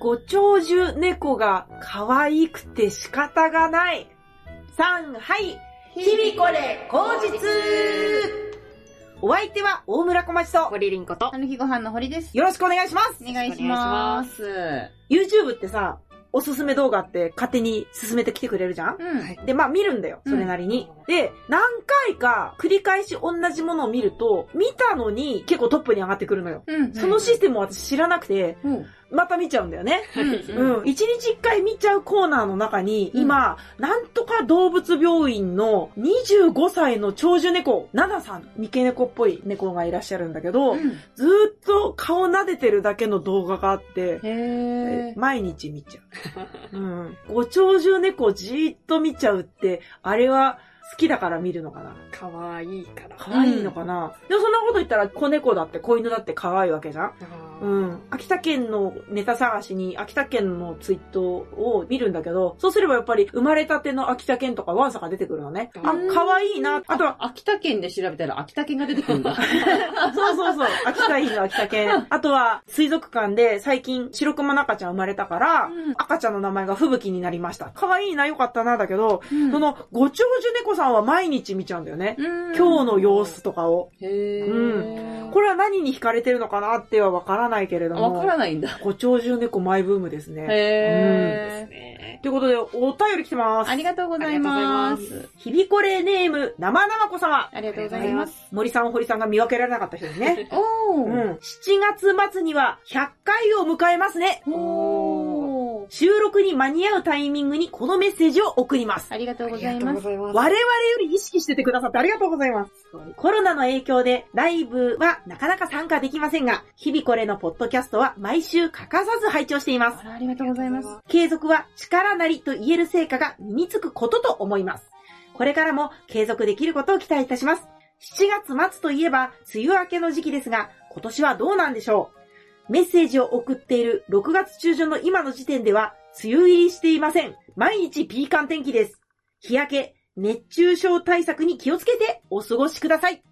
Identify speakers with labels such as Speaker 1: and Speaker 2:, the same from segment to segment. Speaker 1: ご長寿猫が可愛くて仕方がない。三、はい。
Speaker 2: 日々これ、口実
Speaker 1: お相手は大村小町と、
Speaker 2: ゴリリンこと。
Speaker 3: あの日ご飯の堀です。
Speaker 1: よろしくお願いします。
Speaker 3: お願いします。
Speaker 2: す。
Speaker 1: YouTube ってさ、おすすめ動画って勝手に進めてきてくれるじゃん
Speaker 3: うん。
Speaker 1: で、まあ見るんだよ、それなりに。で、何回か繰り返し同じものを見ると、見たのに結構トップに上がってくるのよ。
Speaker 3: うん。
Speaker 1: そのシステムを私知らなくて、
Speaker 3: うん。
Speaker 1: また見ちゃうんだよね。
Speaker 3: うん。
Speaker 1: うん。一日一回見ちゃうコーナーの中に、
Speaker 3: うん
Speaker 1: 今、なんとか動物病院の25歳の長寿猫、ナナさん、三毛猫っぽい猫がいらっしゃるんだけど、ずーっと顔撫でてるだけの動画があって、
Speaker 3: へー。
Speaker 1: 毎日見ちゃう。うん。ご長寿猫じーっと見ちゃうって、あれは好きだから見るのかな。
Speaker 2: かわいいから。
Speaker 1: 可愛いのかな。でもそんなこと言ったら、子猫だって子犬だって可愛いわけじゃん
Speaker 2: あ
Speaker 1: うん。秋田県のネタ探しに秋田県のツイートを見るんだけど、そうすればやっぱり生まれたての秋田県とかワンサが出てくるのね。あ
Speaker 2: う、ん
Speaker 1: 可愛いな。あとは、
Speaker 4: 秋田県で調べたら秋田県が出てくるんだ。
Speaker 1: そうそうそう、秋田犬の秋田県。あとは、水族館で最近白熊の赤ちゃん生まれたから、
Speaker 3: うん
Speaker 1: 赤ちゃんの名前が吹雪になりました。可愛いな、よかったな、だけど、
Speaker 3: うん
Speaker 1: そ、の、ご長寿猫さんは毎日見ちゃうんだよね。
Speaker 3: 今
Speaker 1: 今日の様子とかを。
Speaker 4: へえ。
Speaker 1: うんこれは何に惹かれてるのかなってはわからないけれど
Speaker 4: あわ
Speaker 1: も
Speaker 4: か、らないんだ。
Speaker 1: ご長寿猫マイブームですね。
Speaker 2: ー
Speaker 4: へえ。
Speaker 2: ね。
Speaker 1: ということで、お便り来てます。
Speaker 3: ありがとうございま
Speaker 2: ありがとうござい
Speaker 3: す。
Speaker 1: ひびこれネーム、生々子様。
Speaker 3: ありがとうございます。
Speaker 1: 森さん、堀さんが見分けられなかった人です ね。
Speaker 3: お
Speaker 1: うん。
Speaker 3: ー。
Speaker 1: 7月末には100回を迎えますね。
Speaker 3: おー。
Speaker 1: 収録に間に合うタイミングにこのメッセージを送ります。
Speaker 3: ありがと
Speaker 2: あ
Speaker 3: うご
Speaker 2: り
Speaker 3: ざ
Speaker 2: が
Speaker 3: い
Speaker 2: とう
Speaker 3: ま
Speaker 2: ご
Speaker 3: す。
Speaker 2: ざいます。
Speaker 1: 我々より意識しててくださってありがとうございます。コロナの影響でライブはなかなか参加できませんが、日々これのポッドキャストは毎週欠かさず拝聴しています。
Speaker 3: あら、ありがとうございます。
Speaker 1: 継続は力なりと言える成果が身につくことと思います。これからも継続できることを期待いたします。7月末といえば、梅雨明けの時期ですが、今年はどうなんでしょうメッセージを送っている6月中旬の今の時点では、梅雨入りしていません。毎日ピーカン天気です。日焼け、熱中症対策に気をつけてお過ごしください。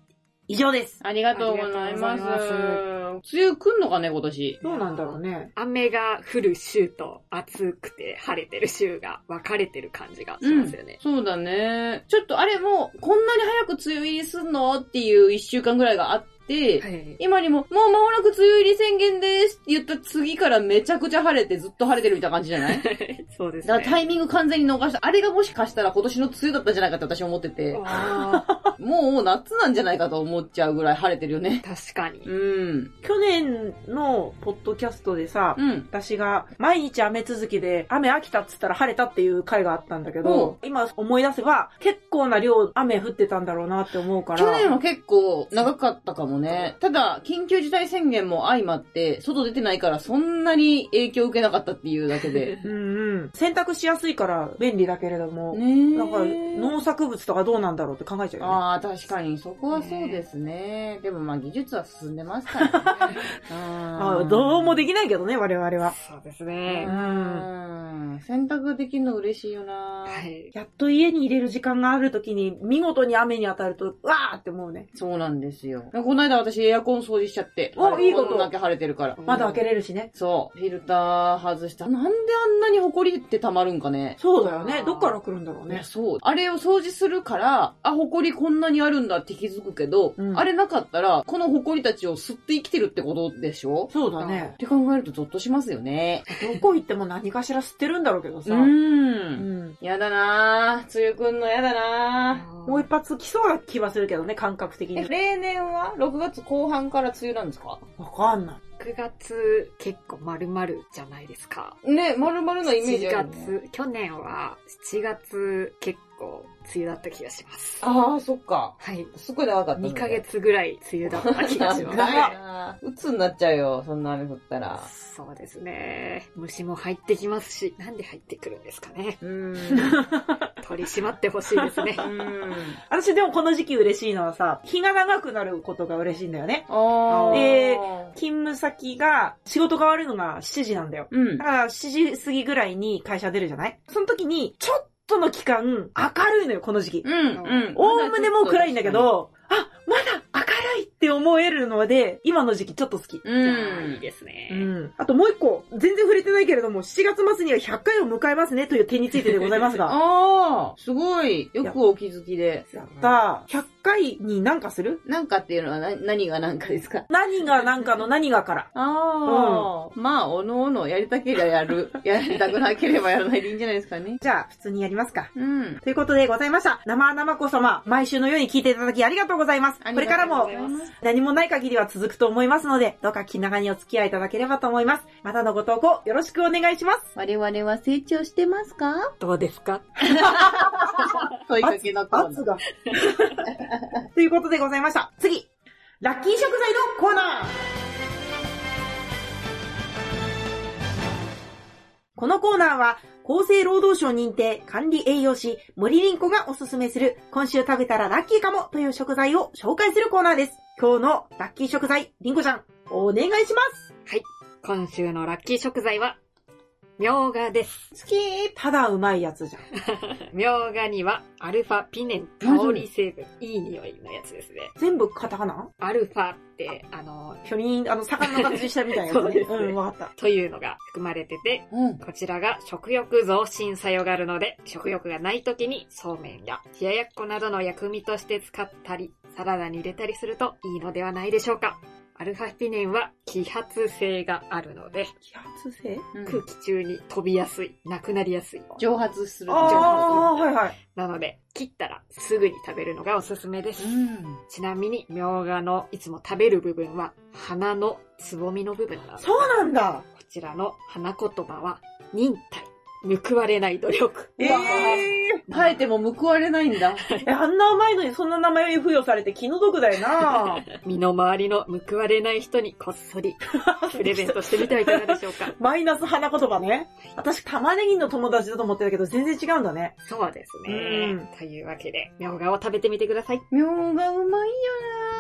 Speaker 1: 以上です。
Speaker 4: ありがとうございます。
Speaker 2: ありがとうござ
Speaker 4: 梅雨来んのかね、今年。
Speaker 1: どうなんだろうね。
Speaker 2: 雨が降る週と暑くて晴れてる週が分かれてる感じがしますよね。
Speaker 4: そうだね。ちょっとあれもう、こんなに早く梅雨入りすんのっていう一週間ぐらいがあって、
Speaker 2: はい。
Speaker 4: 今にも、もう間もなく梅雨入り宣言ですって言った次からめちゃくちゃ晴れてずっと晴れてるみたいな感じじゃない
Speaker 2: そうです
Speaker 4: だからタ
Speaker 2: ね。
Speaker 4: イミング完全に逃した。あれがもしかしたら今年の梅雨だったんじゃないかって私思ってて、
Speaker 2: あー
Speaker 4: もう夏なんじゃないかと思っちゃうぐらい晴れてるよね。
Speaker 2: 確かに。
Speaker 4: うん。
Speaker 1: 去年のポッドキャストでさ、
Speaker 4: うん。
Speaker 1: 私が毎日雨続きで雨飽きたっつったら晴れたっていう回があったんだけど、今思い出せば結構な量雨降ってたんだろうなって思うから。
Speaker 4: 去年は結構長かったかもね。ただ、緊急事態宣言も相まって、外出てないからそんなに影響受けなかったっていうだけで。
Speaker 1: うんうん。洗濯しやすいから便利だけれども、
Speaker 4: ねえ。
Speaker 1: なんか農作物とかどうなんだろうって考えちゃうよね。
Speaker 4: ああ、確かに、そこはそうですね。でもまあ、技術は進んでますからね。
Speaker 1: あ
Speaker 4: あ
Speaker 1: ーどうもできないけどね、我々は。
Speaker 2: そうですね
Speaker 1: う。
Speaker 4: うん。選択できるの嬉しいよな。
Speaker 2: はい。
Speaker 1: やっと家に入れる時間がある時に見事に雨に当たると、うわーって思うね。
Speaker 4: そうなんですよ。この間私エアコン掃除しちゃって。
Speaker 1: お
Speaker 4: 晴れ
Speaker 1: いいこと
Speaker 4: だけ晴れてるから。
Speaker 1: 窓開けれるしね。
Speaker 4: そう。フィルター外した。なんであんなに埃って溜まるんかね。
Speaker 1: そうだよね。どっから来るんだろう
Speaker 4: いや
Speaker 1: ね。
Speaker 4: そう。あれを掃除するから、あ、埃こんなにあるんだって気づくけど、
Speaker 1: うん
Speaker 4: あれなかったら、この埃たちを吸って生きてるってことでしょ
Speaker 1: そうだね
Speaker 4: っ。て考えるとゾッとしますよね。。
Speaker 1: どこ行っても何かしら吸ってるんだろうけどさ。うんん。
Speaker 4: やだなぁ。つゆくんのやだな
Speaker 1: もう一発来そうな気はするけどね、感覚的
Speaker 4: ぁ。え、
Speaker 1: に。
Speaker 4: 例年は6月後半から梅雨なんですか
Speaker 1: わかんない。
Speaker 2: 9月結構丸々じゃないですか。
Speaker 4: ね、丸々なイメージある、ね。
Speaker 2: 7月、去年は7月結構梅雨だった気がします。
Speaker 4: ああ、そっか。
Speaker 2: はい。
Speaker 4: すっごい長かったね。
Speaker 2: 2ヶ月ぐらい梅雨だった気がしま
Speaker 4: 長いなぁ。鬱になっちゃうよ、そんな雨降ったら。
Speaker 2: す。そうですね。虫も入ってきますし、なんで入ってくるんですかね。
Speaker 4: うーん。
Speaker 2: 取り締まってほしいです ね。
Speaker 1: 私でもこの時期嬉しいのはさ、日が長くなることが嬉しいんだよね。
Speaker 4: あー
Speaker 1: で勤務先が、仕事が終わるのが7時なんだよ。
Speaker 4: うん
Speaker 1: だ。から7時過ぎぐらいに会社出るじゃないその時に、ちょっとの期間、明るいのよ、この時期。
Speaker 4: うん、うん。
Speaker 1: おおむねもう暗いんだけど、あ、まだ明るいっって思えるので、今の時期ちょっと好き。
Speaker 4: うん。
Speaker 2: いいですね。
Speaker 1: うん。あともう一個、全然触れてないけれども、7月末には100回を迎えますねという点についてでございます が。
Speaker 4: ああ、すごい。よくお気づきで。
Speaker 1: やったー。100回に何かする
Speaker 4: なんかっていうのは何何がなんかですか
Speaker 1: 何が何かの何がから。
Speaker 4: ああ、まあ、おのおのやりたければやる。やりたくなければやらないでいいんじゃないですかね。
Speaker 1: じゃあ、普通にやりますか。
Speaker 4: うん。
Speaker 1: ということでございました。生々子様、毎週のように聞いていただきありがとうござい ます。こ
Speaker 4: あり
Speaker 1: れ
Speaker 4: が
Speaker 1: から
Speaker 4: とうご
Speaker 1: も
Speaker 4: ざいます
Speaker 1: 何もない限りは続くと思いますので、どうか気長にお付き合いいただければと思います。またのご投稿よろしくお願いします。
Speaker 4: 我々は成長してますか
Speaker 2: どうですか
Speaker 4: 問いかけのコーナー。
Speaker 1: が。 ということでございました。次、ラッキー食材のコーナーこのコーナーは、厚生労働省認定管理栄養士森林子がおすすめする、今週食べたらラッキーかもという食材を紹介するコーナーです。今日のラッキー食材、林子ちゃん、お願いしま
Speaker 2: 今週のラッキー食材は、みょうがです。
Speaker 1: す。好きただうまいやつじゃん。
Speaker 2: みょうがには、アルファピネン香り成分。いい匂いのやつですね。
Speaker 1: 全部カタカナ
Speaker 2: アルファって、あの、
Speaker 1: ひょりん、あの、魚の形したみたいなやつ
Speaker 2: そう
Speaker 1: ね。
Speaker 2: ですね
Speaker 1: うん、わかった。
Speaker 2: というのが含まれてて、
Speaker 4: うん。
Speaker 2: こちらが食欲増進作用があるので、食欲がない時にそうめんや冷ややっこなどの薬味として使ったり、サラダに入れたりするといいのではないでしょうか。アルファピネンは揮発性があるので、
Speaker 1: 揮発性
Speaker 2: 空気中に飛びやすい、なくなりやすい。
Speaker 4: 蒸発する。
Speaker 1: ああ、
Speaker 2: 情報
Speaker 1: はいはい。
Speaker 2: なので、切ったらすぐに食べるのがおすすめです。
Speaker 4: うん。
Speaker 2: ちなみに、みょうがのいつも食べる部分は、花のつぼみの部分なんです。
Speaker 1: そうなんだ
Speaker 2: こちらの花言葉は、忍耐、報われない努力。
Speaker 1: ええ
Speaker 4: 生えても報われないんだ。
Speaker 1: えあんなうまいのにそんな名前を付与されて気の毒だよな
Speaker 2: 身の回りの報われない人にこっそり プレゼントしてみてはいかがでしょうか
Speaker 1: マイナス花言葉ね。私、玉ねぎの友達だと思ってたけど、全然違うんだね。
Speaker 2: そうですね。
Speaker 1: うん
Speaker 2: というわけで、みょうがを食べてみてください。
Speaker 4: みょうがうまいよ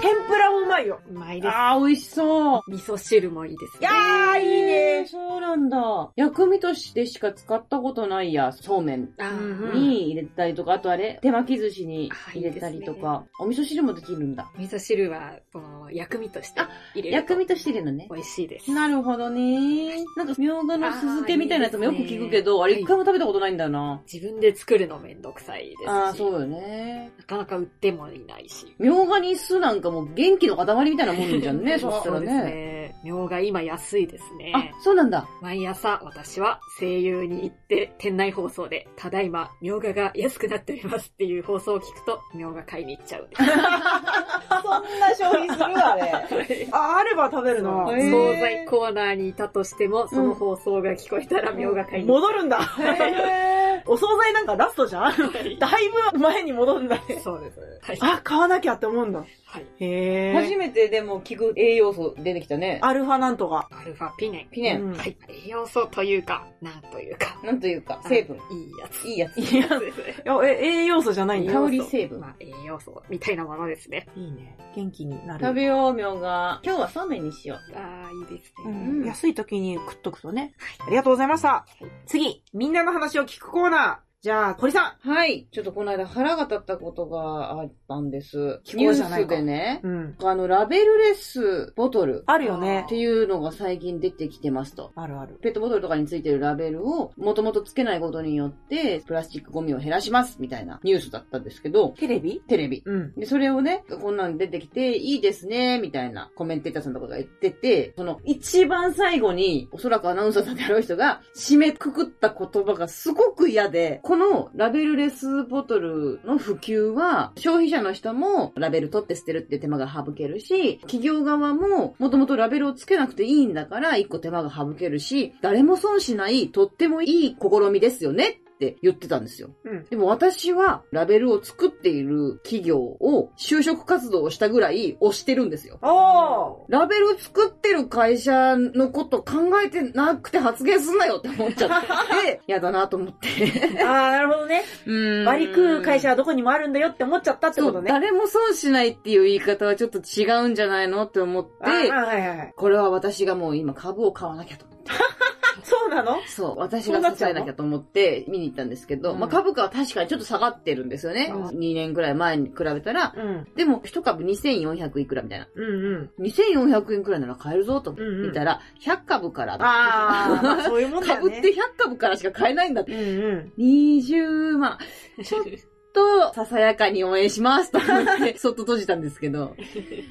Speaker 1: 天ぷらもうまいよ。
Speaker 2: うまいです。
Speaker 4: な。ああ、美味しそう。
Speaker 2: 味噌汁もいいです
Speaker 1: いや
Speaker 2: ね。
Speaker 1: ー、いい
Speaker 4: えー
Speaker 1: ね。
Speaker 4: そうなんだ。薬味としてしか使ったことないや、そうめん
Speaker 2: あー
Speaker 1: うん
Speaker 4: に入れたりとか、あとあれ手巻き寿司に
Speaker 2: あいい
Speaker 4: 入
Speaker 2: です
Speaker 4: れ
Speaker 2: ね
Speaker 4: たりとか、お味噌汁もできるんだ。
Speaker 2: 味噌汁は、この薬味として入れると
Speaker 4: 薬味として入れるのね。
Speaker 2: 美味しいです。
Speaker 4: なるほどね。なんか、みょうがの酢漬けみたいなやつもよく聞くけど、
Speaker 2: あ
Speaker 4: あ
Speaker 2: ーいい
Speaker 4: れ一
Speaker 2: ですね
Speaker 4: 回も食べたことないんだよな。
Speaker 2: 自分で作るのめんどくさいですし、
Speaker 4: ああ、そうよね。
Speaker 2: なかなか売ってもいないし。
Speaker 4: みょうがに酢なんかもう元気の塊みたいなもんじゃん ね、そした
Speaker 2: そ
Speaker 4: ら
Speaker 2: うです
Speaker 4: ね。
Speaker 2: ね。みょうが今安いですね。
Speaker 4: あ、そうなんだ。
Speaker 2: 毎朝私は声優に行って店内放送で、ただいま、みょうがが安くなっておりますっていう放送を聞くと、みょうが買いに行っちゃう んです。
Speaker 1: そんな消費するわね。あ、あれば食べるな。
Speaker 2: 惣
Speaker 4: へー
Speaker 2: 菜コーナーにいたとしても、その放送が聞こえたらみょうが買いに行っ
Speaker 1: 戻るんだ。お惣菜なんかラストじゃん
Speaker 2: ちゃうん
Speaker 1: だいぶ前に戻るんだ
Speaker 2: で
Speaker 1: ね。
Speaker 2: す。そうです。はい。
Speaker 1: あ、買わなきゃって思うんだ。
Speaker 2: はい。
Speaker 1: へ
Speaker 4: 初
Speaker 1: え。
Speaker 4: めてでも聞く栄養素出てきたね。
Speaker 1: アルファなんとか。
Speaker 2: アルファピネン。
Speaker 4: ピネ
Speaker 1: う
Speaker 4: ン。
Speaker 1: ん
Speaker 2: はい。栄養素というか、なんというか。
Speaker 4: なんというか、成分。
Speaker 2: あの。いいやつ。
Speaker 4: いいやつ。
Speaker 1: いや、
Speaker 2: ですね
Speaker 1: いやえ、栄養素じゃないんだ。
Speaker 4: 香り成分
Speaker 2: まあ、栄養素みたいなものですね。
Speaker 1: いいね。元気になる。
Speaker 4: 食べよう、みょうが。今日はそうめんにしよう。
Speaker 2: ああ、いいです
Speaker 1: う
Speaker 2: ね。
Speaker 1: ん
Speaker 4: うん
Speaker 1: 安い時に食っとくとね。ありがとうございました。次、みんなの話を聞くコーナー。じゃあ、堀さ
Speaker 4: はい。ちょっとこの間腹が立ったことがあったんです。
Speaker 1: 聞
Speaker 4: ニ
Speaker 1: こ
Speaker 4: ュ
Speaker 1: えじゃ
Speaker 4: ー
Speaker 1: ない
Speaker 4: ス
Speaker 1: か
Speaker 4: でね
Speaker 1: ん。。うん。
Speaker 4: あの、ラベルレスボトル
Speaker 1: あるよね
Speaker 4: って。いうのが最近できてきてますと。
Speaker 1: あるある。
Speaker 4: ペットボトルとかについてるラベルをもともとつけないことによって、プラスチックゴミを減らしますみたいなニュースだったんですけど、
Speaker 1: テレビ
Speaker 4: テレビ。
Speaker 1: うん。
Speaker 4: で、それをね、こんなん出てきて、いいですね、みたいなコメンテーターさんとかが言ってて、その一番最後に、おそらくアナウンサーさんであろう人が、締めくくった言葉がすごく嫌で、このラベルレスボトルの普及は、消費者の人もラベル取って捨てるっていう手間が省けるし、企業側も、もともとラベルをつけなくていいんだから、一個手間が省けるし、誰も損しない、とってもいい試みですよねって言ってたんですよ。
Speaker 1: うん。
Speaker 4: でも私はラベルを作っている企業を就職活動をしたぐらい推してるんですよ。
Speaker 1: おー
Speaker 4: ラベル作ってる会社のこと考えてなくて発言すんなよって思っち ゃって、やだなと思って。
Speaker 1: あー、なるほどね。割り食う会社はどこにもあるんだよって思っちゃったって
Speaker 4: そ
Speaker 1: こ
Speaker 4: う、
Speaker 1: とね。
Speaker 4: 誰も損しないっていう言い方はちょっと違うんじゃないのって思って
Speaker 1: あ、ーはいはいはい。
Speaker 4: これは私がもう今株を買わなきゃと思って。
Speaker 1: そうなの
Speaker 4: そう、私が支えなきゃと思って見に行ったんですけど、
Speaker 1: うん
Speaker 4: まあ株価は確かにちょっと下がってるんですよね。
Speaker 1: う
Speaker 4: 2年ぐらい前に比べたら、
Speaker 1: うん。
Speaker 4: でも一株2400いくらみたいな。
Speaker 1: うんうん。
Speaker 4: 2400円くらいなら買えるぞと
Speaker 1: んうん
Speaker 4: 見たら、100株から。
Speaker 1: ああ、 まあそういうもんだよ
Speaker 4: 株
Speaker 1: ね。
Speaker 4: って100株からしか買えないんだって。
Speaker 1: うんうん。
Speaker 4: 20万。と、ささやかに応援しますと思 って、そっと閉じたんですけど。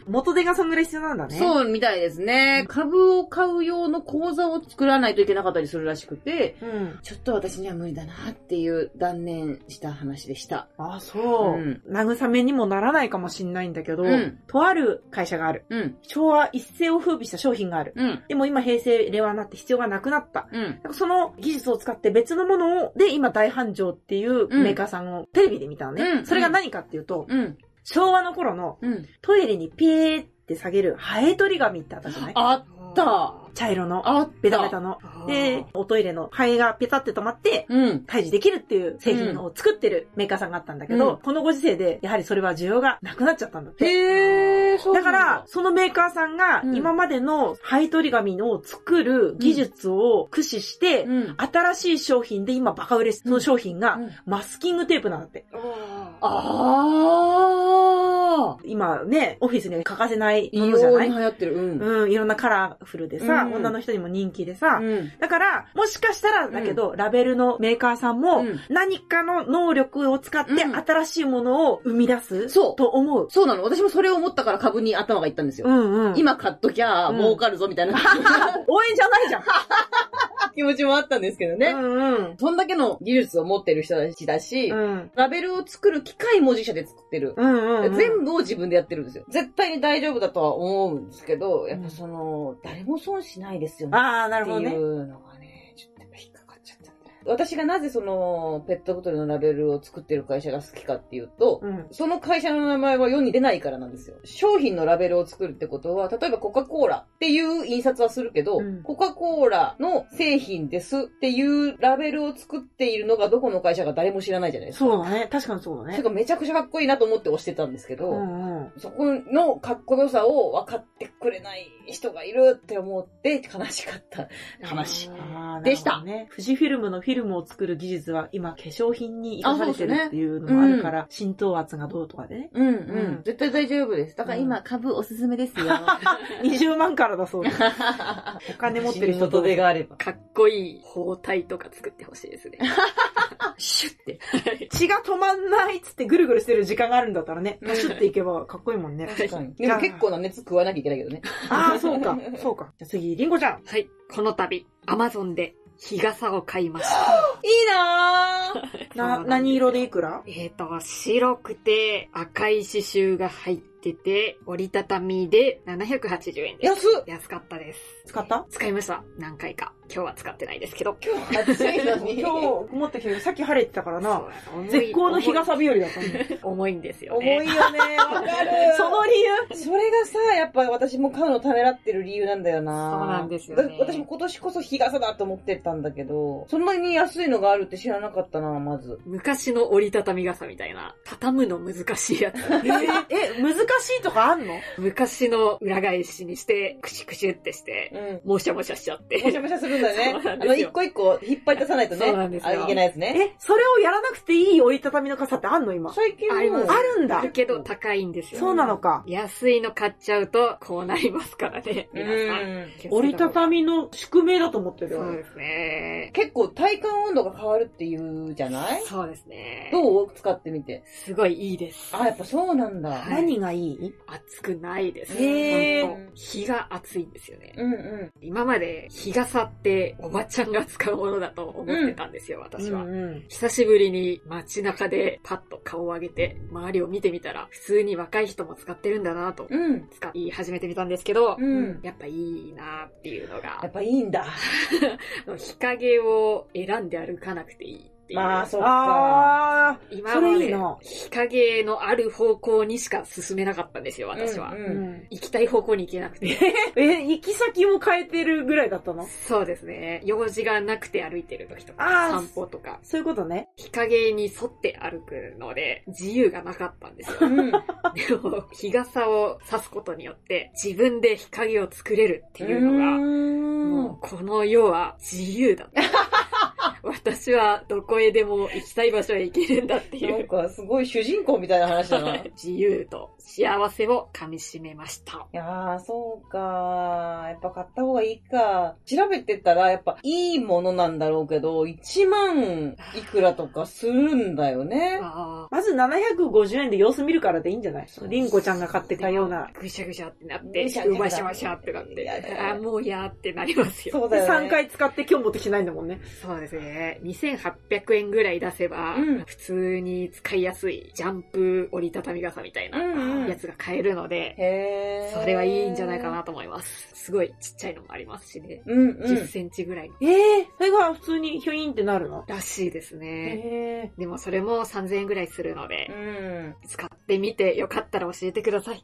Speaker 1: 元手がそんぐらい必要なんだね。う。
Speaker 4: そうみたいですね。株を買う用の口座を作らないといけなかったりするらしくて、
Speaker 1: うん。
Speaker 4: ちょっと私には無理だなっていう断念した話でした。
Speaker 1: あ、そう、
Speaker 4: うん
Speaker 1: 慰めにもならないかもしんないんだけど、
Speaker 4: うん
Speaker 1: とある会社がある。
Speaker 4: うん、
Speaker 1: 昭和一世を風靡した商品がある。
Speaker 4: うん、
Speaker 1: でも今平成、令和になって必要がなくなった。
Speaker 4: うん。
Speaker 1: その技術を使って別のものを、で、今大繁盛っていうメーカーさんをテレビで見たのね。
Speaker 4: うん
Speaker 1: それが何かっていうと、
Speaker 4: うん、
Speaker 1: 昭和の頃の
Speaker 4: うん。
Speaker 1: トイレにピーって下げるハエ取り紙ってあったじゃない
Speaker 4: あっ
Speaker 2: あ
Speaker 4: た
Speaker 1: 茶色の、
Speaker 4: あった
Speaker 1: ベタベタの。で、おトイレのハエがペタって止まって、
Speaker 4: うん。
Speaker 1: 退治できるっていう製品を作ってるメーカーさんがあったんだけど、
Speaker 4: うん
Speaker 1: このご時世でやはりそれは需要がなくなっちゃったんだって。
Speaker 4: へー、そうな
Speaker 1: だか
Speaker 4: ん
Speaker 1: ら、、そのメーカーさんが
Speaker 4: うん
Speaker 1: 今までのハエ取り紙を作る技術を駆使して、
Speaker 4: うん。
Speaker 1: 新しい商品で今バカ売れその商品が、
Speaker 4: うん
Speaker 1: マスキングテープなんだって。
Speaker 4: あ
Speaker 1: 今ね、オフィスには欠かせない
Speaker 4: ー。
Speaker 1: も
Speaker 4: 異
Speaker 1: のじゃ
Speaker 4: 様
Speaker 1: な
Speaker 4: に
Speaker 1: い
Speaker 4: 流行ってる。うん。
Speaker 1: うん、いろんなカラフルでさ、
Speaker 4: うん
Speaker 1: 女の人にも人気でさ、
Speaker 4: うん。
Speaker 1: だから、もしかしたらだけど、ラベルのメーカーさんも、
Speaker 4: うん
Speaker 1: 何かの能力を使って
Speaker 4: うん
Speaker 1: 新しいものを生み出す、
Speaker 4: そう
Speaker 1: と思う。
Speaker 4: そうなの。私もそれを思ったから株に頭がいったんですよ。
Speaker 1: んうん。
Speaker 4: 今買っときゃ
Speaker 1: うん
Speaker 4: 儲かるぞみたいな
Speaker 1: 応援じゃないじゃん。
Speaker 4: 気持ちもあったんですけどね。
Speaker 1: うんうん。
Speaker 4: そんだけの技術を持ってる人たちだし、
Speaker 1: うん。
Speaker 4: ラベルを作る機械も自社で作ってる。
Speaker 1: うんうん。
Speaker 4: 全部を自分でやってるんですよ。絶対に大丈夫だとは思うんですけど、やっぱその、誰も損しないですよね。
Speaker 1: ああ、なるほど
Speaker 4: ってい
Speaker 1: ね。
Speaker 4: うのがね、ちょっとやっぱ引っかかっちゃったんだよ私がなぜその、ペットボトルのラベルを作ってる会社が好きかっていうと、
Speaker 1: うん。
Speaker 4: その会社の名前は世に出ないからなんですよ。商品のラベルを作るってことは、例えばコカ・コーラっていう印刷はするけど、
Speaker 1: うん
Speaker 4: コカ・コーラの製品ですっていうラベルを作っているのがどこの会社か誰も知らないじゃないですか。
Speaker 1: そうだね。確かにそうだ
Speaker 4: それ
Speaker 1: ね。
Speaker 4: がめちゃくちゃかっこいいなと思って押してたんですけど、
Speaker 1: うんうん。
Speaker 4: そこのかっこよさを分かってくれない人がいるって思って悲しかった。悲しい。
Speaker 1: あー
Speaker 4: でした
Speaker 1: なるほどね。富士フィルムのフィルムを作る技術は今化粧品に生かされてるっていうのもあるから、浸透圧がどうとかでね。
Speaker 4: うん、
Speaker 1: うん
Speaker 4: 絶対大丈夫です。だから今株おすすめ ですよ。
Speaker 1: 20万からだそう です。お金持ってる人と。
Speaker 4: があれば。
Speaker 2: かっこいい包帯とか作ってほしいで すね。
Speaker 4: シュッて。
Speaker 1: 血が止まんないっつってぐるぐるしてる時間があるんだったらね、パシュっていけばかっこいいもんね。
Speaker 4: でも結構な熱食わなきゃいけないけどね。
Speaker 1: ああ、そうか、そうか。じゃあ次、りんごちゃん。
Speaker 2: はい。この度、アマゾンで日傘を買いました。
Speaker 4: いいなぁ
Speaker 1: な、何色でいくら
Speaker 2: えっ、と、白くて赤い刺繍が入ってて、折りたたみで780円です。
Speaker 4: 安っ
Speaker 2: 安かったです。
Speaker 1: 使った
Speaker 2: 使いました。何回か。今日は使ってないですけど。
Speaker 4: 今日暑い
Speaker 1: 今
Speaker 4: のに。
Speaker 1: 日、持ってきたけど、さっき晴れてたからな。
Speaker 2: そう
Speaker 1: 絶好の日傘日和だった ね。
Speaker 2: 重い重いんですよ
Speaker 4: 重
Speaker 2: ね。
Speaker 4: いよね。 わかる。
Speaker 1: その理由
Speaker 4: それがさ、やっぱ私も買うのためらってる理由なんだよな
Speaker 2: そうなんですよね
Speaker 4: だ私も今年こそ日傘だと思ってたんだけど、そんなに安いのがあるって知らなかったなまず。
Speaker 2: 昔の折りたたみ傘みたいな、畳むの難しいやつ。
Speaker 1: え、え、難しいとかあんの
Speaker 2: 昔の裏返しにして、クシュクシュってして、
Speaker 4: うん。
Speaker 2: もしゃもしゃしちゃって。
Speaker 4: もしゃもしゃするんだよ
Speaker 2: そう
Speaker 4: ね
Speaker 2: な。ん
Speaker 4: あ
Speaker 2: ですよ
Speaker 4: の、一個一個引っ張り出さないとね。
Speaker 2: そうなんですよ
Speaker 4: あいけないですね。
Speaker 1: え、それをやらなくていい折りたたみの傘ってあんの今。
Speaker 4: 最近も
Speaker 2: あります
Speaker 1: あるん
Speaker 2: あ
Speaker 1: だ
Speaker 2: る。けど高いんですよ。
Speaker 1: そうなのか。
Speaker 2: 安いの買っちゃうと、こうなりますからね。
Speaker 4: う
Speaker 2: 皆さん。
Speaker 4: ん。
Speaker 1: 折りたたみの宿命だと思ってるよ。
Speaker 2: そうですね。
Speaker 4: 結構体感温度が変わるっていうじゃない
Speaker 2: そうですね。
Speaker 4: どう使ってみて。
Speaker 2: すごいいいです。
Speaker 4: あ、やっぱそうなんだ。
Speaker 2: はい
Speaker 1: 何がいい
Speaker 2: 暑くないです。
Speaker 1: へー
Speaker 2: 本当日が暑いんですよね。
Speaker 4: うんう
Speaker 2: 今まで日傘っておばちゃんが使うものだと思ってたんですよ、私は。
Speaker 1: うん
Speaker 2: 久しぶりに街中でパッと顔を上げて周りを見てみたら普通に若い人も使ってるんだなと
Speaker 4: ん。うん。
Speaker 2: 使い始めてみたんですけど、
Speaker 4: うん
Speaker 2: やっぱいいなっていうの
Speaker 4: やっ
Speaker 2: が、
Speaker 4: ぱいいんだ。
Speaker 2: 日陰を選んで歩かなくていいっていう。
Speaker 4: まあ、そっか。
Speaker 1: あ
Speaker 2: 今ま
Speaker 1: それいい
Speaker 2: で
Speaker 1: な
Speaker 2: 日陰のある方向にしか進めなかったんですよ、私は。
Speaker 4: うん
Speaker 1: ー。
Speaker 4: うん
Speaker 1: うん
Speaker 2: 行きたい方向に行けなくて。
Speaker 1: え、行き先を変えてるぐらいだったの
Speaker 2: そうですね。用事がなくて歩いてる時とか、
Speaker 1: あー
Speaker 2: 散歩とか、
Speaker 1: そういうことね。
Speaker 2: 日陰に沿って歩くので、自由がなかったんで すよ。
Speaker 4: うん。
Speaker 2: でも、日傘を差すことによって、自分で日陰を作れるっていうのが、
Speaker 4: うーん
Speaker 2: も
Speaker 4: うん。
Speaker 2: この世は自由だ。私はどこへでも行きたい場所へ行けるんだってい
Speaker 4: な。
Speaker 2: うん
Speaker 4: か、すごい主人公みたいな話だ な。い
Speaker 2: 自由と幸せを噛み締めました。
Speaker 4: やー、そうか。やっぱ買った方がいいか。調べてたら、やっぱいいものなんだろうけど、1万いくらとかするんだよね。
Speaker 2: あ
Speaker 1: まず750円で様子見るからでいいんじゃない
Speaker 4: そう
Speaker 1: リンコちゃんが買ってたような
Speaker 2: あ。。ぐしゃぐしゃってなって
Speaker 4: ぐしゃ、ぐ
Speaker 2: う
Speaker 4: しゃ
Speaker 2: ましゃましゃってなっ
Speaker 4: や
Speaker 2: て、
Speaker 4: だ
Speaker 2: あ、もうやーってなりますよ。
Speaker 4: そうだ
Speaker 1: で、
Speaker 4: よね。
Speaker 1: 3回使って今日持ってきてないんだもんね。
Speaker 2: そうですね。2800円ぐらい出せば、
Speaker 4: うん
Speaker 2: 普通に使いやすいジャンプ折りたたみ傘みたいな
Speaker 4: うんうん
Speaker 2: やつが買えるので、
Speaker 4: へー。
Speaker 2: それはいいんじゃないかなと思います。すごいちっちゃいのもありますしね。
Speaker 4: うんう
Speaker 2: 10
Speaker 4: ん。
Speaker 2: センチぐらい
Speaker 1: ええー、それが普通にヒョインってなるの
Speaker 2: らしいですね。
Speaker 1: え
Speaker 2: でもそれも3000円ぐらいするので
Speaker 4: う、ん。
Speaker 2: 使ってみてよかったら教えてください。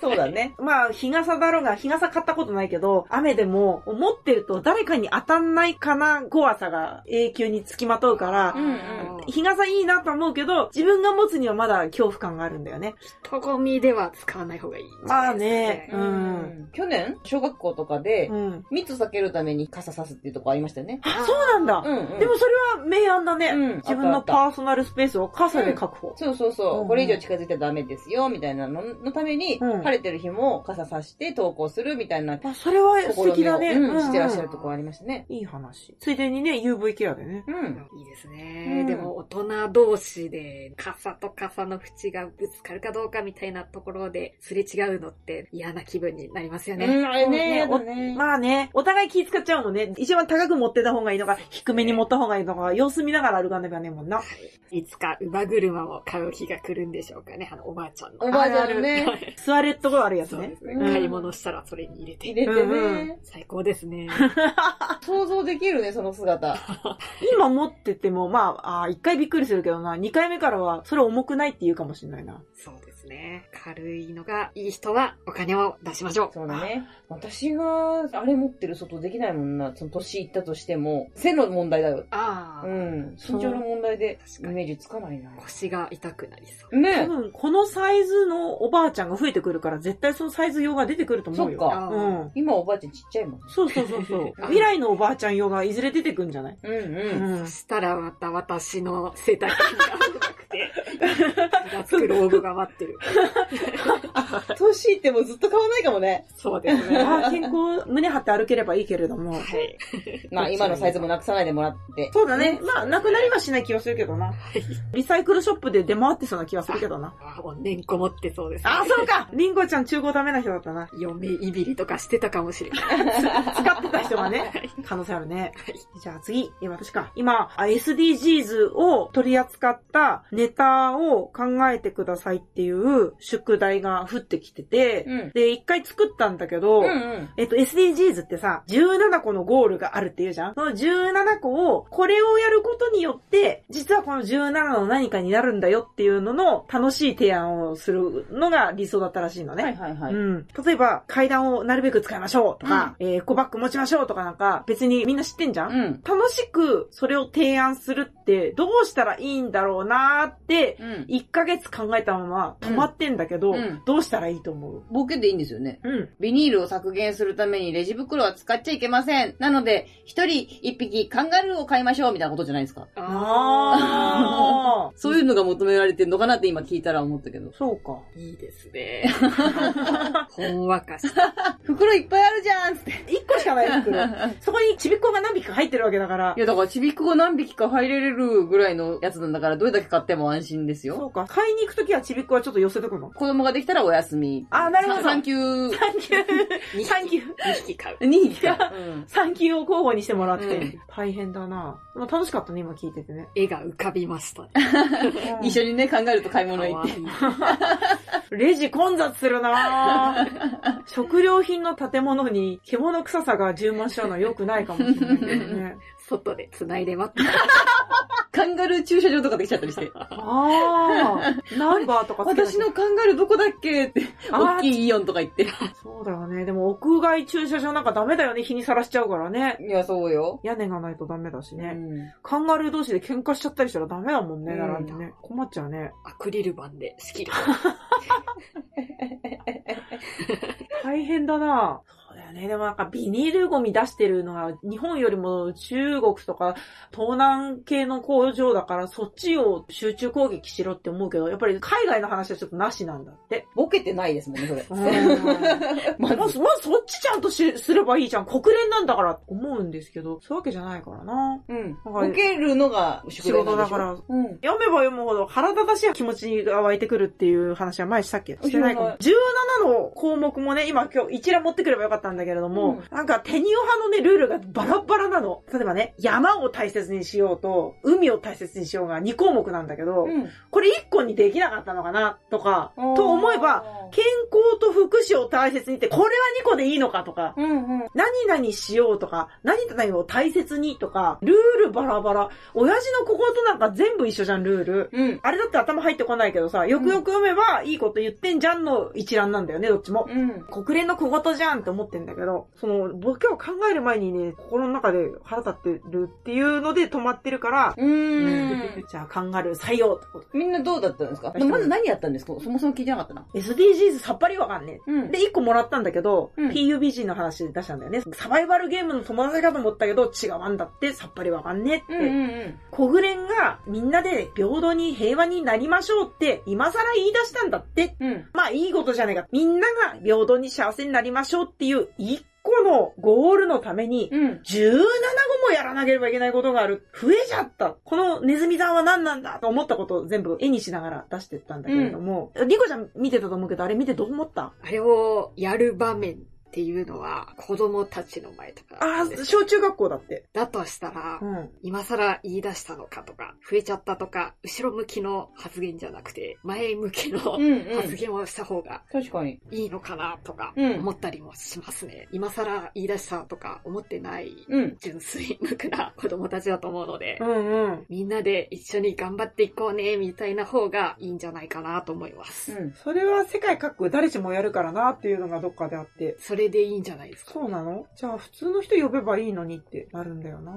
Speaker 4: そうだね。
Speaker 1: えー。まあ、日傘だろうが、日傘買ったことないけど、雨でも、持ってると誰かに当たんないかな怖さが永久につきまとうから、
Speaker 4: んうん
Speaker 2: あー
Speaker 1: 日傘いいなと思うけど、自分が持つにはまだ恐怖感があるんだよね。
Speaker 2: 人混みでは使わない方がいいです、
Speaker 1: まあね うん
Speaker 4: 去年、小学校とかで
Speaker 1: う、ん。
Speaker 4: 密避けるために傘さすっていうとこありましたよね。
Speaker 1: あ、そうなんだ。
Speaker 4: うんうん
Speaker 1: でもそれは明暗だね。
Speaker 4: うん
Speaker 1: 自分のパーソナルスペースを傘で確保。
Speaker 4: そうそうそう、
Speaker 1: うん
Speaker 4: これ以上近づいたらダメですよ、みたいなののために、
Speaker 1: うん
Speaker 4: 晴れてる日も傘さして投稿するみたいな
Speaker 1: あ、それは素
Speaker 4: 心
Speaker 1: 敵
Speaker 4: を、
Speaker 1: だね。
Speaker 4: うんしてらっしゃ
Speaker 1: うん
Speaker 4: るとこありましたね。
Speaker 1: うんいい話。ついでにね、UV ケアでね。
Speaker 4: うん。
Speaker 2: いいですね。
Speaker 4: うん
Speaker 2: でも大人同士で傘と傘の縁がぶつかるかどうかみたいなところですれ違うのって嫌な気分になりますよね。
Speaker 4: うんあれね、や
Speaker 1: そ
Speaker 4: だ
Speaker 1: う
Speaker 4: ね。
Speaker 1: まあね、お互い気使っちゃうもんね。一番高く持ってた方がいいのか、低めに持った方がいいのか、様子見ながら歩かねばねえもんな。
Speaker 2: いつか馬車を買う日が来るんでしょうかね。あのおばあちゃんの。
Speaker 4: おばあちゃんのね
Speaker 2: あるある
Speaker 1: 座れっとこあるやつ
Speaker 2: そうで
Speaker 1: ね。
Speaker 2: すね。
Speaker 4: うん
Speaker 2: 買い物したらそれに入れ
Speaker 4: 入
Speaker 2: て。
Speaker 4: れてね、
Speaker 1: うん
Speaker 2: 最高ですね。
Speaker 4: 想像できるね、その姿。
Speaker 1: 今持ってても、まあ、あー一回びっくりするけどな、二回目からは、それ重くないって言うかもしれないな。
Speaker 2: そうですね。軽いのがいい人はお金を出しましょう。
Speaker 4: そうだね。私が、あれ持ってる外できないもんな。その年いったとしても、背の問題だよ。
Speaker 2: ああ、
Speaker 4: うん。身長の問題で、
Speaker 2: 確
Speaker 4: イ
Speaker 2: かに
Speaker 4: メージつかないな。
Speaker 2: 腰が痛くなりそう。
Speaker 1: 多
Speaker 4: ね
Speaker 1: 分、このサイズのおばあちゃんが増えてくるから、絶対そのサイズ用が出てくると思うよ。
Speaker 4: そっか
Speaker 1: うん。
Speaker 4: 今おばあちゃんちっちゃいもん。
Speaker 1: そうそうそう そう。未来のおばあちゃん用がいずれ出てくんじゃない
Speaker 4: うん
Speaker 1: う
Speaker 4: うん。
Speaker 1: ん
Speaker 2: そ。したらまた私の背丈が合わなくて、気がつく老後が待ってる。
Speaker 4: 年いってもずっと買わないかもね。
Speaker 2: そうですね。は
Speaker 1: あー健康、胸張って歩ければいいけれども。
Speaker 2: い。
Speaker 4: まあ今のサイズもなくさないでもらって。
Speaker 1: そうだね。 まあ、なくなりはしない気はするけどな。リサイクルショップで出回ってそうな気はするけどな。
Speaker 2: あもう年こもってそうです、ね。
Speaker 1: あ、そうかリンゴちゃん中古ダメな人だったな。
Speaker 2: 嫁いびりとかしてたかもしれない。
Speaker 1: 使ってた人がね、可能性あるね。じゃあ次、え私か。今、あ SDGs を取り扱ったネタを考えてくださいっていう宿題が降ってきてて、
Speaker 4: うん
Speaker 1: で、一回作ったんだけど、
Speaker 4: うんうん。
Speaker 1: えっと、SDGs ってさ、17個のゴールがあるっていうじゃんその17個を、これをやることによって、実はこの17の何かになるんだよっていうのの楽しい提案をするのが理想だったらしいのね。
Speaker 4: はいはいはい。
Speaker 1: うん。例えば、階段をなるべく使いましょうとか、えーエコバッグ持ちましょうとかなんか、別にみんな知ってんじゃん、
Speaker 4: うん。
Speaker 1: 楽しくそれを提案するって、どうしたらいいんだろうなーって、
Speaker 4: うん。
Speaker 1: 1ヶ月考えたまま止まってんだけど、
Speaker 4: うんうん
Speaker 1: どうしたらいいと思う
Speaker 4: ボケでいいんですよね。
Speaker 1: うん。
Speaker 4: ビニールを削減するためにレジ袋は使っちゃいけません。なので、一人一匹カンガルーを買いましょうみたいなことじゃないですか。
Speaker 2: あ
Speaker 1: ああ。
Speaker 4: そういうのが求められてるのかなって今聞いたら思ったけ ど。
Speaker 1: そうか。
Speaker 2: ー。いいですね。ほんわかした。
Speaker 4: 袋いっぱいあるじゃんっつって。
Speaker 1: 一個しかない 袋。そこにちびっこが何匹か入ってるわけだから
Speaker 4: い。やだからちびっこが何匹か入れれるぐらいのやつなんだからどれだけ買っても安心です
Speaker 1: そ
Speaker 4: よ。
Speaker 1: うか。買いに行くときはちびっこはちょっと寄せとくの。
Speaker 4: 子供ができたらお休み。
Speaker 1: あなるほど
Speaker 4: 産休。
Speaker 1: サンキュー。サンキュー。
Speaker 2: 2匹 買う。
Speaker 4: 2匹か。うん。
Speaker 1: サンキューを交互にしてもらって。
Speaker 4: うん
Speaker 1: 大変だな。でも楽しかったね、今聞いて てね。
Speaker 2: 絵が浮かびましたね。
Speaker 4: 一緒にね、考えると買い物行
Speaker 2: 可
Speaker 4: っ
Speaker 2: 愛
Speaker 4: て。
Speaker 2: い
Speaker 1: レジ混雑する なぁ食料品の建物に獣臭さが充満しちゃうのは良くないかもしれないけど ね。
Speaker 2: 外で繋いで待って
Speaker 4: カンガルー駐車場とかできちゃったりして。
Speaker 1: ああ、ナンバーとかつけなきゃ
Speaker 4: 私のカンガルーどこだっけって、
Speaker 1: あー
Speaker 4: 大きいイオンとか行って。
Speaker 1: そうだよね。でも屋外駐車場なんかダメだよね。日にさらしちゃうからね。
Speaker 4: いや、そうよ。
Speaker 1: 屋根がないとダメだしね。
Speaker 4: うん
Speaker 1: カンガルー同士で喧嘩しちゃったりしたらダメだもんね、
Speaker 4: うん
Speaker 1: 並んでね。困っちゃうね。
Speaker 2: アクリル板で仕切る。
Speaker 1: 大変だなそうだよよね。でもなんかビニールゴミ出してるのは日本よりも中国とか東南系の工場だからそっちを集中攻撃しろって思うけど、やっぱり海外の話はちょっとなしなんだって。
Speaker 4: ボケてないですもんね、それ。
Speaker 1: うんま
Speaker 4: ま
Speaker 1: ず、ま
Speaker 4: ず、
Speaker 1: ずそっちちゃんとしすればいいじゃん。国連なんだからって思うんですけど、そういうわけじゃないからな。
Speaker 4: うん。
Speaker 1: はい
Speaker 4: ボケるのが仕事
Speaker 1: 仕事
Speaker 4: なんでしょ
Speaker 1: だから
Speaker 4: うん。
Speaker 1: 読めば読むほど腹立たしい気持ちが湧いてくるっていう話は前したっけしてないかも。17の項目もね、今今日一覧持ってくればよかったんだけれども、なんかテニオ派のね、ルールがバラバラなの。例えばね、山を大切にしようと、海を大切にしようが2項目なんだけど、
Speaker 4: うん。
Speaker 1: これ1個にできなかったのかな、とか、
Speaker 4: あー
Speaker 1: と思えば、、健康と福祉を大切にって、これは2個でいいのかとか、
Speaker 4: うんうん。
Speaker 1: 何々しようとか、何々を大切にとか、ルールバラバラ。親父のこことなんか全部一緒じゃん、ルール。
Speaker 4: うん。
Speaker 1: あれだって頭入ってこないけどさ、よくよく読めばいいこと言ってんじゃんの一覧なんだよね、どっちも。
Speaker 4: うん。
Speaker 1: 国連の小言じゃんって思ってんだけど、その、ボケを考える前にね、心の中で腹立ってるっていうので止まってるから、
Speaker 4: うーん。
Speaker 1: じゃあカンガルー採用ってこと。
Speaker 4: みんなどうだったんですかまず何やったんですかそもそも聞いてなかったな。
Speaker 1: SDGs さっぱりわかんねえ。
Speaker 4: うん
Speaker 1: で、1個もらったんだけど、
Speaker 4: うん
Speaker 1: PUBG の話出したんだよね。サバイバルゲームの友達かと思ったけど、違うんだって、さっぱりわかんねえって。
Speaker 4: うんうんうん。
Speaker 1: 小暮がみんなで平等に平和になりましょうって、今更言い出したんだって。
Speaker 4: うん。
Speaker 1: まあいいことじゃねえか。みんなが平等に幸せになりましょうっていう1個のゴールのために、
Speaker 4: うん。
Speaker 1: 17個もやらなければいけないことがある。増えちゃった。このネズミさんは何なんだと思ったことを全部絵にしながら出してったんだけれども。リコちゃん見てたと思うけど、あれ見てどう思った
Speaker 2: あれをやる場面っていうのは子供たちの前とか
Speaker 1: あ
Speaker 2: なん
Speaker 1: あ、
Speaker 2: です。
Speaker 1: 小中学校だって。
Speaker 2: だとしたら
Speaker 1: う、ん。
Speaker 2: 今更言い出したのかとか、増えちゃったとか、後ろ向きの発言じゃなくて、前向きの
Speaker 4: うん
Speaker 2: 発言をした方が
Speaker 4: 確かに。
Speaker 2: いいのかなとか、
Speaker 4: うん
Speaker 2: 思ったりもしますね。今更言い出したとか思ってない、
Speaker 4: うん。
Speaker 2: 純粋無垢な 子供たちだと思うので、
Speaker 1: うんうん。
Speaker 2: みんなで一緒に頑張っていこうね、みたいな方がいいんじゃないかなと思います。
Speaker 4: うん。
Speaker 1: それは世界各国誰しもやるからなっていうのがどっかであって。
Speaker 2: それでいいんじゃないですか。
Speaker 1: そうなのじゃあ普通の人呼べばいいのにってなるんだよな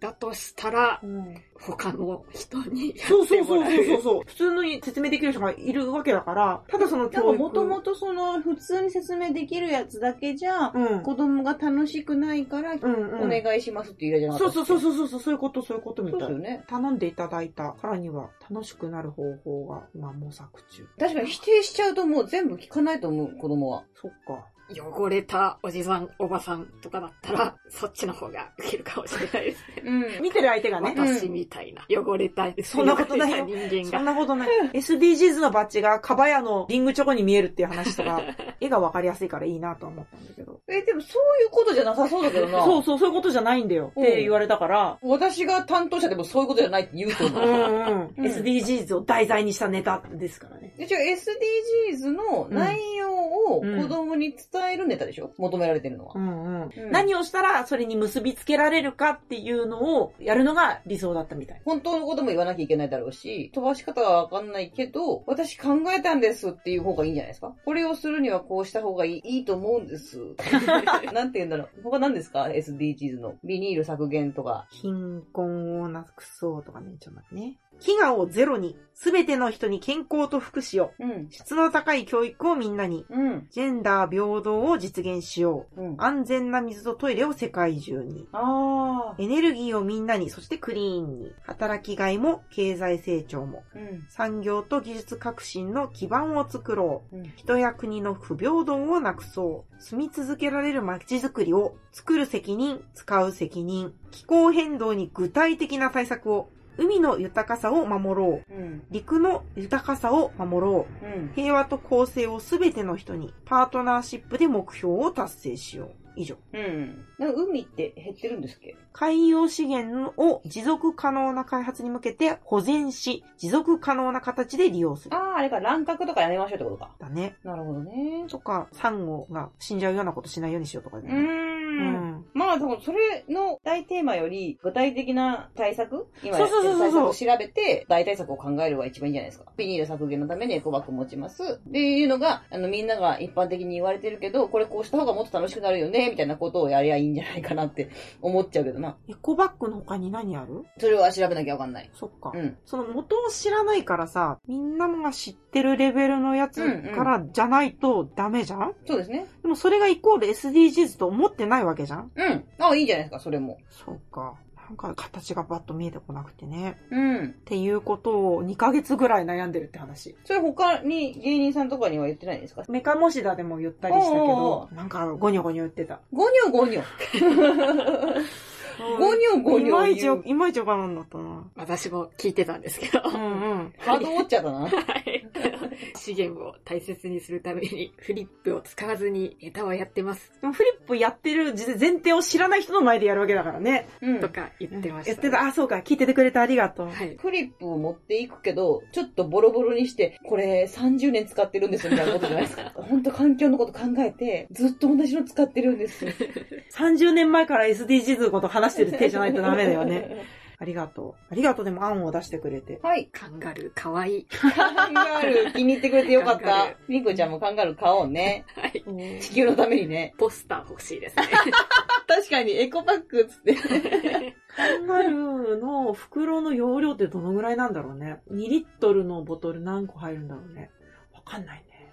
Speaker 2: だとしたら
Speaker 1: う、ん。
Speaker 2: 他の人にや
Speaker 1: そう
Speaker 2: っ
Speaker 1: そ
Speaker 2: て
Speaker 1: う
Speaker 2: も
Speaker 1: そう
Speaker 2: ら
Speaker 1: そうそう
Speaker 2: う。
Speaker 1: そう。普通の説明できる人がいるわけだから、ただその
Speaker 4: な
Speaker 1: 教
Speaker 4: んか
Speaker 1: 育。
Speaker 4: もともとその普通に説明できるやつだけじゃ、
Speaker 1: うん。
Speaker 4: 子供が楽しくないから
Speaker 1: うん
Speaker 4: お
Speaker 1: うん。
Speaker 4: 願いしますって言いらじゃなか
Speaker 1: そ
Speaker 4: っ
Speaker 1: う
Speaker 4: た
Speaker 1: そうそう
Speaker 4: う。
Speaker 1: そうそうそう、そういうこと、そういうことみ
Speaker 4: そうで
Speaker 1: た
Speaker 4: すよ
Speaker 1: い。
Speaker 4: ね。
Speaker 1: 頼んでいただいたからには楽しくなる方法が今模索中。
Speaker 4: 確かに否定しちゃうともう全部聞かないと思う、子供は。
Speaker 1: そっか。
Speaker 2: 汚れたおじさん、おばさんとかだったら、そっちの方がウケるかもしれないですね。
Speaker 4: うん。
Speaker 1: 見てる相手がね。
Speaker 2: 私みたいな、汚れた、
Speaker 1: そんなことないよ
Speaker 2: 汚れた人
Speaker 1: そ
Speaker 2: 間
Speaker 1: ん
Speaker 2: が。
Speaker 1: なことない。SDGs のバッジがカバヤのリングチョコに見えるっていう話とか、絵がわかりやすいからいいなとは思ったんだけど。
Speaker 4: え、でもそういうことじゃなさそうだけどな。
Speaker 1: そうそう、そういうことじゃないんだよって言われたから、
Speaker 4: 私が担当者でもそういうことじゃないって言うと
Speaker 1: う
Speaker 4: 思
Speaker 1: ん
Speaker 4: う。
Speaker 1: うん。
Speaker 4: うん
Speaker 1: SDGs を題材にしたネタですからね。
Speaker 4: 一応 SDGs の内容を子供に伝えるネタでしょ求められてるのは
Speaker 1: う。んうん。
Speaker 4: うん
Speaker 1: 何をしたらそれに結びつけられるかっていうのをやるのが理想だったみたい。
Speaker 4: 本当のことも言わなきゃいけないだろうし、飛ばし方はわかんないけど、私考えたんですっていう方がいいんじゃないですかこれをするにはこうした方がいい、いいと思うんです。なんて言うんだろう。他何ですか ?SDGs の。ビニール削減とか。
Speaker 1: 貧困をなくそうとかね、ちょっと待ってね。飢餓をゼロに、すべての人に健康と福祉を、
Speaker 4: うん。
Speaker 1: 質の高い教育をみんなに、
Speaker 4: うん。
Speaker 1: ジェンダー平等を実現しよう。
Speaker 4: うん。
Speaker 1: 安全な水とトイレを世界中に。
Speaker 4: あー。
Speaker 1: エネルギーをみんなに、そしてクリーンに。働きがいも経済成長も。
Speaker 4: うん。
Speaker 1: 産業と技術革新の基盤を作ろう。
Speaker 4: うん
Speaker 1: 人や国の不平等をなくそう。住み続けられる街づくりを。作る責任、使う責任。気候変動に具体的な対策を。海の豊かさを守ろう。
Speaker 4: うん。
Speaker 1: 陸の豊かさを守ろう。
Speaker 4: うん。
Speaker 1: 平和と公正をすべての人に。パートナーシップで目標を達成しよう。以上。
Speaker 4: うん。なんか海って減ってるんですっけ
Speaker 1: 海洋資源を持続可能な開発に向けて保全し、持続可能な形で利用する。
Speaker 4: あー、あれか、乱獲とかやめましょうってことか。
Speaker 1: だね。
Speaker 4: なるほどね。
Speaker 1: とか、サンゴが死んじゃうようなことしないようにしようとか
Speaker 4: う
Speaker 1: ね。
Speaker 4: ーん。
Speaker 2: うん。
Speaker 4: まあ、だからそれの大テーマより、具体的な対策今
Speaker 1: そうそうそうそう
Speaker 4: やってる対策を調べて、大対策を考えるが一番いいんじゃないですか。ビニール削減のためにエコバッグ持ちます。っていうのが、あの、みんなが一般的に言われてるけど、これこうした方がもっと楽しくなるよね、みたいなことをやりゃいいんじゃないかなって思っちゃうけどな。
Speaker 1: エコバッグの他に何ある
Speaker 4: それは調べなきゃわかんない。
Speaker 1: そっか。
Speaker 4: うん。
Speaker 1: その元を知らないからさ、みんなが知ってるレベルのやつからじゃないとダメじゃん、
Speaker 4: そうですね。
Speaker 1: でもそれがイコール SDGs と思ってないわけじゃん
Speaker 4: うん。あ、いいじゃないですか、それも。
Speaker 1: そうか。なんか形がバッと見えてこなくてね。
Speaker 4: うん。
Speaker 1: っていうことを2ヶ月ぐらい悩んでるって話。
Speaker 4: それ他に芸人さんとかには言ってないんですか
Speaker 1: メカモシダでも言ったりしたけ
Speaker 4: お
Speaker 1: ど
Speaker 4: う、
Speaker 1: なんかゴニョゴニョ言ってた。
Speaker 4: ゴニョ ゴニョ。ゴニョゴニ
Speaker 1: いま
Speaker 4: ョ
Speaker 1: いち
Speaker 4: 言
Speaker 1: よ
Speaker 4: う。、
Speaker 1: いまいちよかなんだったな。
Speaker 2: 私も聞いてたんですけど。
Speaker 1: うんうん。
Speaker 4: ハードウォッチャーだな。
Speaker 2: はい資源を大切にするために、フリップを使わずにネタはやってます。
Speaker 1: でもフリップやってる前提を知らない人の前でやるわけだからね。
Speaker 4: うん
Speaker 2: と。か言ってました、
Speaker 1: やってた。。あ、そうか。聞いててくれてありがとう。
Speaker 2: はい。
Speaker 4: クリップを持っていくけど、ちょっとボロボロにして、これ30年使ってるんですよみたいなことじゃない ですか。本当環境のこと考えて、ずっと同じの使ってるんですよ。
Speaker 1: 30年前から SDGs のこと話してる手じゃないとダメだよ ね。。ありがとう。ありがとうでも案を出してくれて。
Speaker 4: はい。
Speaker 2: カンガルー、かわいい。
Speaker 4: カンガルー気に入ってくれてよかっ
Speaker 2: カンガ
Speaker 4: た
Speaker 2: ル。
Speaker 4: みーこちゃんもカンガルー買おうね。
Speaker 2: はい。
Speaker 4: 地球のためにね。
Speaker 2: ポスター欲し いですね。
Speaker 4: 確かにエコパックっつって。
Speaker 1: カンガルーの袋の容量ってどのぐらいなんだろうね。2リットルのボトル何個入るんだろうね。わかんないね。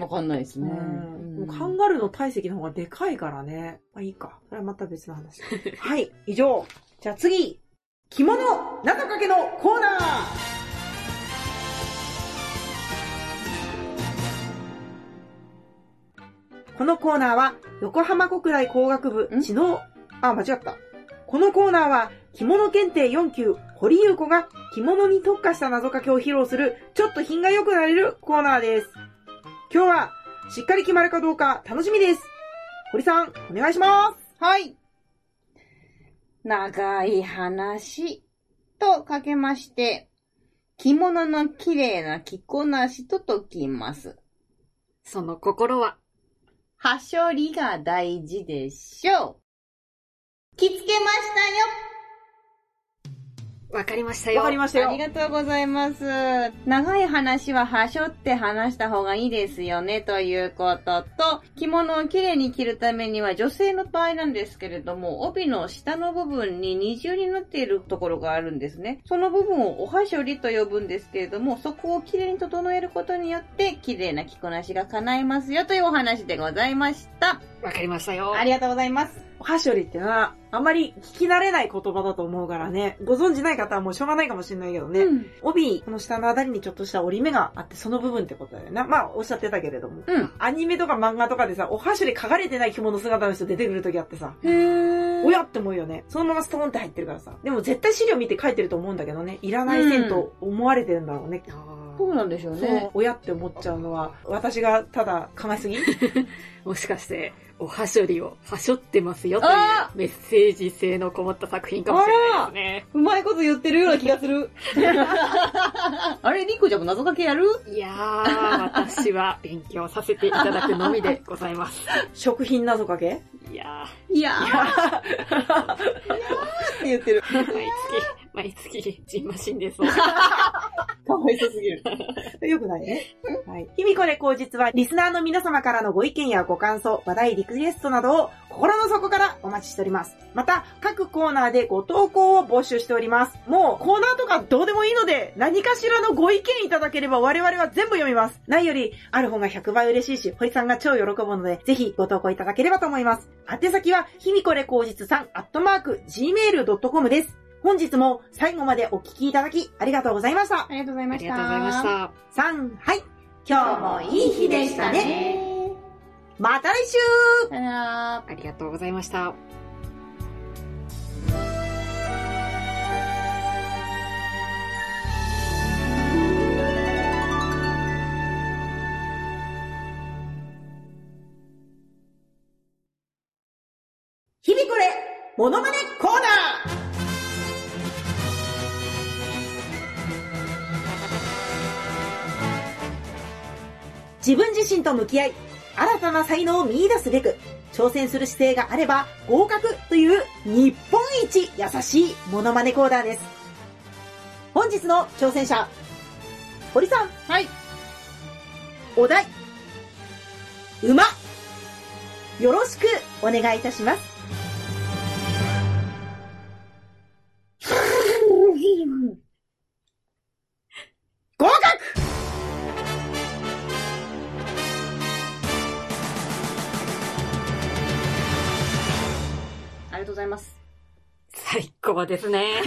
Speaker 4: わかんないです
Speaker 1: う
Speaker 4: ね。
Speaker 1: ん。でもカンガルーの体積の方がでかいからね。まあいいか。それはまた別の話。 はい、以上。じゃあ次。着物謎かけのコーナーこのコーナーは横浜国大工学部
Speaker 4: ん
Speaker 1: 知能、あ、間違った。このコーナーは着物検定4級堀優子が着物に特化した謎かけを披露するちょっと品が良くなれるコーナーです。今日はしっかり決まるかどうか楽しみです。堀さん、お願いします。
Speaker 4: はい。長い話とかけまして、着物の綺麗な着こなしと解きます。
Speaker 2: その心は、
Speaker 4: はしょりが大事でしょう。着付けまし
Speaker 2: わかりました
Speaker 1: わ
Speaker 2: よ。
Speaker 1: かりました
Speaker 4: たよ
Speaker 1: よ。
Speaker 4: ありがとうございます。長い話ははしょって話した方がいいですよね、ということと、着物を綺麗に着るためには女性の場合なんですけれども、帯の下の部分に二重になっているところがあるんですね。その部分をおはしょりと呼ぶんですけれども、そこを綺麗に整えることによって、綺麗な着こなしが叶いますよというお話でございました。
Speaker 2: わかりましたよ。
Speaker 4: ありがとうございます。
Speaker 1: おはしょりってな、あまり聞き慣れない言葉だと思うからね、ご存知ない方はもうしょうがないかもしれないけどね、
Speaker 4: うん。
Speaker 1: 帯、この下のあたりにちょっとした折り目があって、その部分ってことだよね。まあ、おっしゃってたけれども。
Speaker 4: うん。
Speaker 1: アニメとか漫画とかでさ、おはしょり書かれてない着物姿の人出てくるときあってさ、
Speaker 4: へー
Speaker 1: おやって思うよね。そのままストーンって入ってるからさ。でも絶対資料見て書いてると思うんだけどね、いらない線と思われてるんだろうね。
Speaker 2: あー
Speaker 4: そうなんでしょう
Speaker 1: そう
Speaker 4: ね。、
Speaker 1: おやって思っちゃうのは、私がただ考えすぎ
Speaker 2: もしかして、おはしょりをはしょってますよという
Speaker 4: あ
Speaker 2: メッセージ性のこもった作品かもしれないですね。
Speaker 4: うまいこと言ってるような気がする。 あれ、リンコちゃんも謎かけやる
Speaker 2: いやー、私は勉強させていただくのみでございます。
Speaker 1: 食品謎かけ
Speaker 2: いや
Speaker 4: いやー。いやーって言ってる。
Speaker 2: ー、毎月、毎月、ジンマシンです。
Speaker 4: かわいそうすぎる。
Speaker 1: よくないね。はい。日々これ口実は、リスナーの皆様からのご意見やご感想、話題、リクエストなどを心の底からお待ちしております。また、各コーナーでご投稿を募集しております。もう、コーナーとかどうでもいいので、何かしらのご意見いただければ我々は全部読みます。ないより、ある方が100倍嬉しいし、堀さんが超喜ぶので、ぜひご投稿いただければと思います。宛先は、日々これ口実さん、アットマーク、gmail.com です。本日も最後までお聞きいただき、ありがとうございました。
Speaker 3: ありがとうござい
Speaker 2: あ
Speaker 3: まし
Speaker 2: り
Speaker 3: た。
Speaker 2: がとうございました。
Speaker 1: さん、はい。今日もいい日でしたね。
Speaker 4: ね。
Speaker 1: また来週
Speaker 4: さよなら。
Speaker 2: ありがとうございました。
Speaker 1: 日々これ、モノマネコーナー自分自身と向き合い、新たな才能を見出すべく、挑戦する姿勢があれば合格という日本一優しいモノマネコーナーです。本日の挑戦者、堀さん、
Speaker 4: はい。
Speaker 1: お題、馬、よろしくお願いいたします。合格
Speaker 4: ありがとうございます。
Speaker 2: 最高ですね。